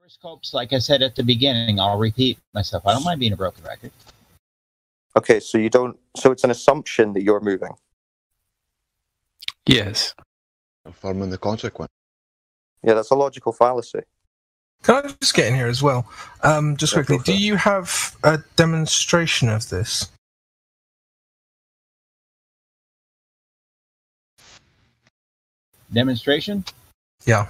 Horoscopes, like I said at the beginning, I'll repeat myself. I don't mind being a broken record. Okay, so you don't. So it's an assumption that you're moving. Yes. Affirming the consequence. Yeah, that's a logical fallacy. Can I just get in here as well? Um, just Yeah, go quickly, for do it. you have a demonstration of this? Demonstration? Yeah.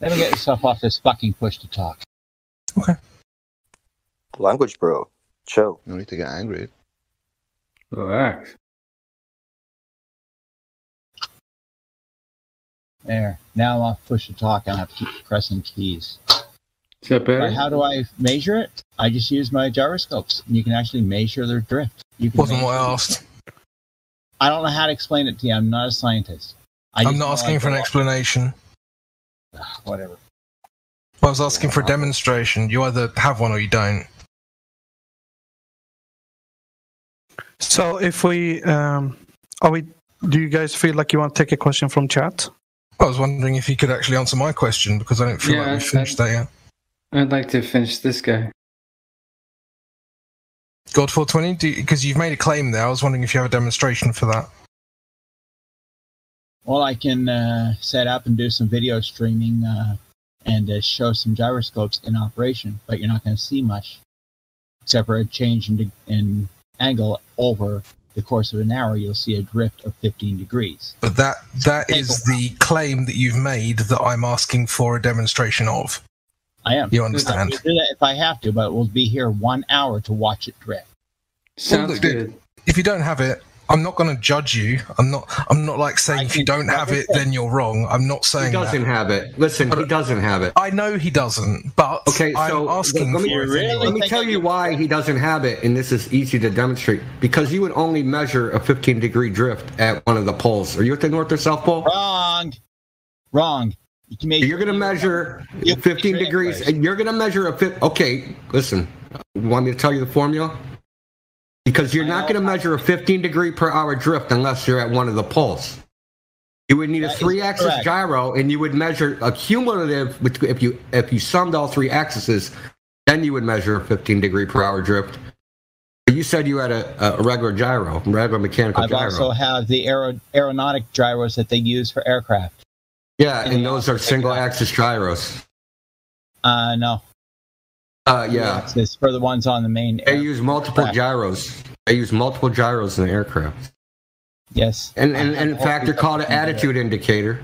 Let me get yourself off this fucking push to talk. Language, bro. Chill. No need to get angry. Relax. There. Now I'm off push to talk. I don't have to keep pressing keys. Is that But better? how do I measure it? I just use my gyroscopes. You can actually measure their drift. You can Wasn't measure- what I asked. I don't know how to explain it to you. I'm not a scientist. I I'm just know not asking I for an go explanation. off- Whatever. I was asking for a demonstration. You either have one or you don't. So if we um are we do you guys feel like you want to take a question from chat? I was wondering if you could actually answer my question because I don't feel Yeah, like we finished that yet. I'd like to finish this guy. God 420, because you've made a claim there. I was wondering if you have a demonstration for that. Well, I can uh, set up and do some video streaming uh, and uh, show some gyroscopes in operation, but you're not going to see much except for a change in, de- in angle over the course of an hour. You'll see a drift of 15 degrees. But that that Take is the claim that you've made that I'm asking for a demonstration of. I am. You I'll understand? do that if I have to, but we'll be here one hour to watch it drift. Sounds look, good. If you don't have it, I'm not going to judge you. I'm not. I'm not like saying if you don't have it, then you're wrong. I'm not He saying doesn't that. have it. Listen, he doesn't have it. I know he doesn't, but Okay, I'm so asking let me- for it. Really? anyway. Let me tell you why he doesn't have it, and this is easy to demonstrate. Because you would only measure a 15 degree drift at one of the poles. Are you at the North or South Pole? Wrong. Wrong. You can make You're going to measure You- 15 degrees, and you're going to measure a fif. Okay, listen. You want me to tell you the formula? Because you're not going to measure a 15 degree per hour drift unless you're at one of the poles. You would need That a is three axis correct. gyro, and you would measure a cumulative. bet- If you if you summed all three axes, then you would measure a 15 degree per hour drift. But you said you had a, a regular gyro, regular mechanical I've gyro. also have the aer- aeronautic gyros that they use for aircraft. yeah, and those are single axis gyros. Uh, no. Uh, yeah. It's for the ones on the main. They air- use multiple Correct. gyros. They use multiple gyros in the aircraft. Yes. And, and, and in fact, they're called an attitude indicator.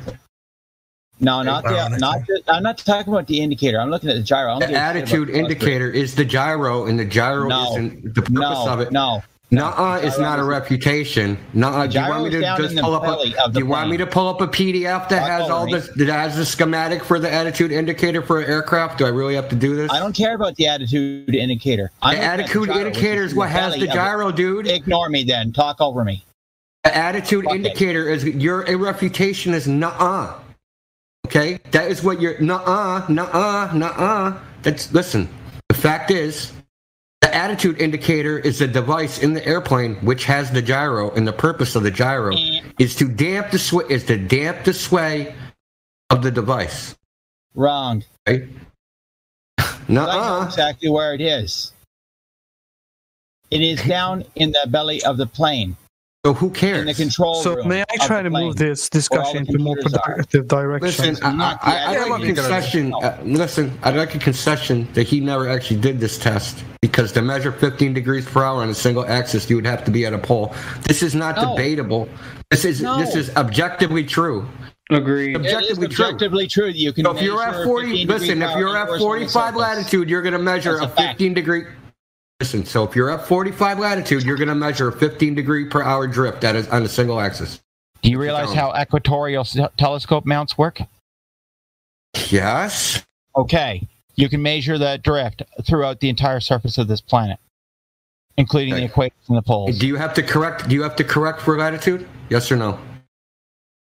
No, not Wow, the, next not the, I'm not talking about the indicator. I'm looking at the gyro. I'm The giving a shit attitude about the indicator is the gyro, and the gyro No. isn't the purpose No, of it. no. Nuh-uh The is not gyro a is- reputation. Nuh-uh. Do you want me gyro is to down just in the pull up? belly of A, the do you want me to plane. pull up a PDF that Fuck has over all me. this? That has the schematic for the attitude indicator for an aircraft? Do I really have to do this? I don't care about the attitude indicator. I'm The looking at attitude gyro, indicator which is what in has belly the of gyro, dude. Ignore me then. Talk over me. The attitude Fuck it. indicator is your refutation is nuh-uh. Okay? That is what your nuh-uh, nuh-uh, nuh-uh. That's listen. The fact is the attitude indicator is the device in the airplane which has the gyro, and the purpose of the gyro is to damp the sway is to damp the sway of the device. Wrong. Right? I know Nuh-uh. exactly where it is. It is down in the belly of the plane, So who cares? in the control So room. may I of try the to move plane. this discussion the into more computers are. productive direction? Listen, I, not the I, I, attitude like a indicator. concession. Uh, listen, I like a concession that he never actually did this test because to measure 15 degrees per hour on a single axis, you would have to be at a pole. This is not No. debatable. This is No. this is objectively true. Agreed. It is Objectively true. objectively true. that You can. So if you're at measure 40, 15 listen, degree if you're power at force on the 45 surface. latitude, you're going to measure a That's a fact. 15 degree. Listen, so if you're at 45 latitude, you're going to measure a 15 degree per hour drift at a, on a single axis. Do you realize how equatorial s- telescope mounts work? Yes. Okay, you can measure that drift throughout the entire surface of this planet, including Okay. the equators and the poles. Do you have to correct? Do you have to correct for latitude? Yes or no?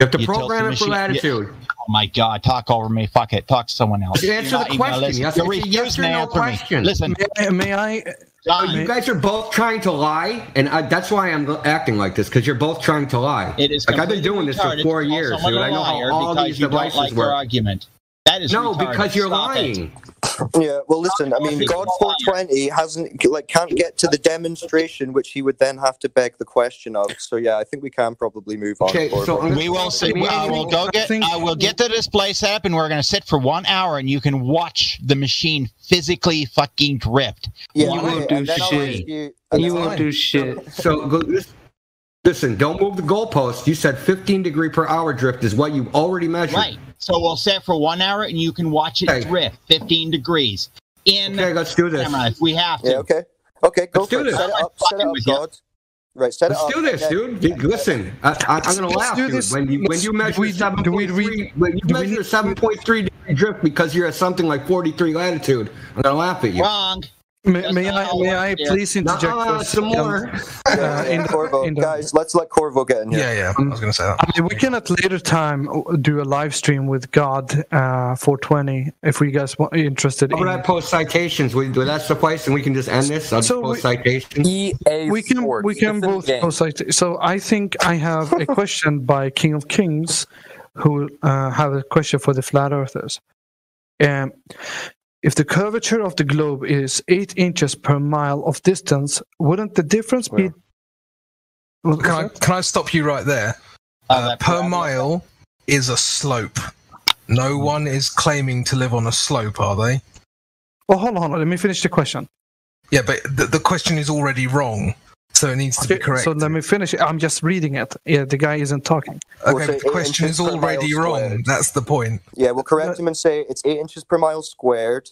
You have to You tilt program the it for machine- latitude. Oh my God! Talk over me. Fuck it. Talk to someone else. Just You're answer the not even question. gonna listen. You have to You're say yes refusing or to no answer me. question. Listen, May, may I? John, You guys are both trying to lie, and I, that's why I'm acting like this because you're both trying to lie. It is like I've completely been doing this for retarded four to call years, someone dude. a I know liar how all because these you don't devices like Their work. argument. That is No, retarded. because you're Stop it. lying. Yeah, well, listen. I mean, God four twenty hasn't like can't get to the demonstration, which he would then have to beg the question of. So yeah, I think we can probably move on. Okay, forward. so I'm gonna- We will see. I mean, I will go I get. think- I will get the display set up, and we're going to sit for one hour, and you can watch the machine physically fucking dripped. yeah, you okay, won't do and then I'll shit. ask you- and You then won't do shit. So go, lis- listen, don't move the goalpost. You said 15 degree per hour drift is what you already measured. Right. So we'll sit for one hour, and you can watch it Okay. drift 15 degrees in Okay, let's do this. camera if we have to. Yeah, okay. Okay, go Let's for do it. this. Set it up, set it fucking up, with you. God. Right, set it Let's up. uh, do this, and then- dude. Dude, Listen, I, I, I'm gonna Let's laugh, do dude. this. When you when Let's- you do measure we- do we 7.3, read- when you do we measure need- 7.3 degree drift because you're at something like 43 latitude, I'm gonna laugh at you. Wrong. May, That's may not I? how it May works I here. please Nah, interject for a second? some more. Yeah, Uh, yeah, in the- Corvo. in the- Guys, let's let Corvo get in here. Yeah, yeah. I was going to say that. I mean, we can at later time uh, do a live stream with God uh, 420 if you guys want interested. How in about I post citations? We, will that suffice, and we can just end this. I'll So just post we- citations. EA we can Sports. we can It's in the both game. post like so i think i have a question by king of kings who uh, have a question for the flat earthers um, if the curvature of the globe is eight inches per mile of distance wouldn't the difference be What was Can I, that? can I stop you right there? Uh, that- per mile is a slope. No one is claiming to live on a slope, are they? oh hold on hold on let me finish the question Yeah, but the, the question is already wrong, so it needs to be correct. so let me finish it. i'm just reading it yeah the guy isn't talking okay, We'll say but eight the question inches is per mile already wrong. squared. That's the point. Yeah, we'll correct him and say it's eight inches per mile squared,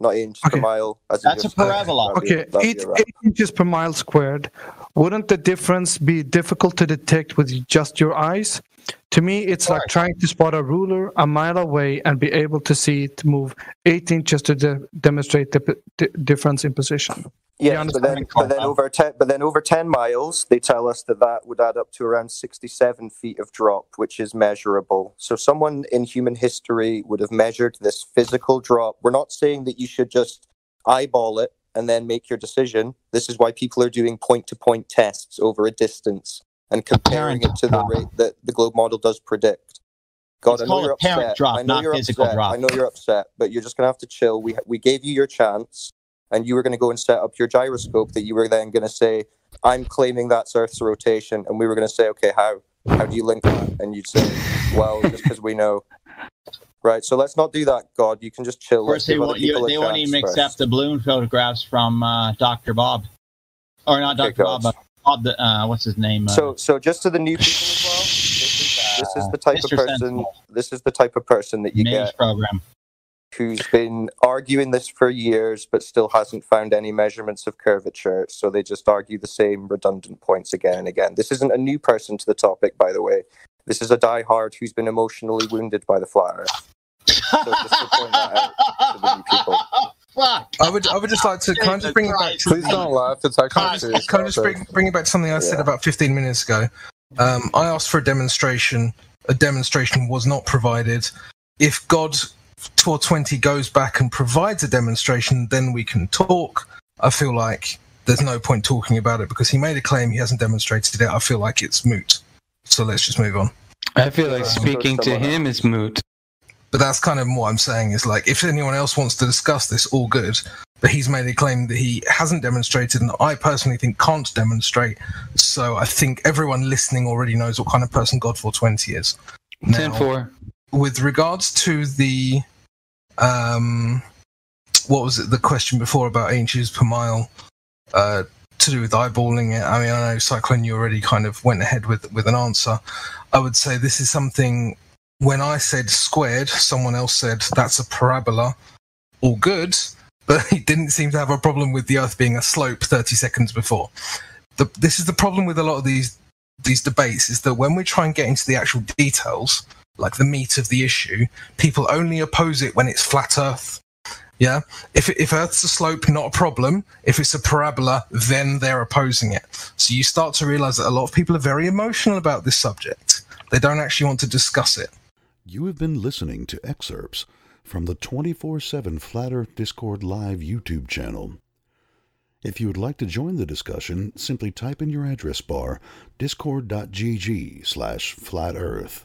not eight inches Okay. per mile. As you That's a just said. parabola. That'd be- Okay, that'd be eight, a wrap. eight inches per mile squared. Wouldn't the difference be difficult to detect with just your eyes? To me, it's like trying to spot a ruler a mile away and be able to see it move eight inches to de- demonstrate the p- di- difference in position. Yes, but then, understand. but then over ten, but then over ten miles, they tell us that that would add up to around sixty-seven feet of drop, which is measurable. So someone in human history would have measured this physical drop. We're not saying that you should just eyeball it and then make your decision. This is why people are doing point-to-point tests over a distance and comparing it to the Apparent rate that the globe model does predict. God, It's I know called you're apparent upset. drop, I know not you're physical upset. drop. I know you're upset, but you're just gonna have to chill. We we gave you your chance and you were going to go and set up your gyroscope that you were then going to say, I'm claiming that's Earth's rotation. And we were going to say, okay, how? How do you link that? And you'd say, well, just because we know. Right. So let's not do that, God. You can just chill. Of course, Let's they give other won't, you- people a they won't chance even first. accept the balloon photographs from uh, Dr. Bob. Or not Okay, Dr. God. Bob, but Bob, the, uh, what's his name? Uh, So, so just to the new people as well, this is, this is the type Mr. of person. Sensible. This is the type of person that you Mage get program. who's been arguing this for years, but still hasn't found any measurements of curvature. So they just argue the same redundant points again and again. This isn't a new person to the topic, by the way. This is a diehard who's been emotionally wounded by the flat earth. So just to point that out to the new people. Fuck! I would, I would just like to can I just bring it back to Please don't laugh. It's Can I actually serious. just, can I just bring, bring it back to something I said Yeah. about 15 minutes ago? Um, I asked for a demonstration. A demonstration was not provided. If God 420 goes back and provides a demonstration, then we can talk. I feel like there's no point talking about it because he made a claim, he hasn't demonstrated it. I feel like it's moot. So let's just move on. I feel like Yeah. speaking to him is moot. But that's kind of what I'm saying is like, if anyone else wants to discuss this, all good. But he's made a claim that he hasn't demonstrated, and I personally think can't demonstrate. So I think everyone listening already knows what kind of person God 420 is. Now, 10 4. with regards to the, um, what was it? The question before about inches per mile, uh, to do with eyeballing it. I mean, I know Cyclone, you already kind of went ahead with with an answer. I would say this is something when I said squared, someone else said that's a parabola. All good, but he didn't seem to have a problem with the Earth being a slope 30 seconds before. The, this is the problem with a lot of these these debates is that when we try and get into the actual details, like the meat of the issue, people only oppose it when it's flat Earth. Yeah, if if Earth's a slope, not a problem. If it's a parabola, then they're opposing it. So you start to realize that a lot of people are very emotional about this subject. They don't actually want to discuss it. You have been listening to excerpts from the 24 7 Flat Earth Discord Live YouTube channel. If you would like to join the discussion, simply type in your address bar discord.gg slash flat earth.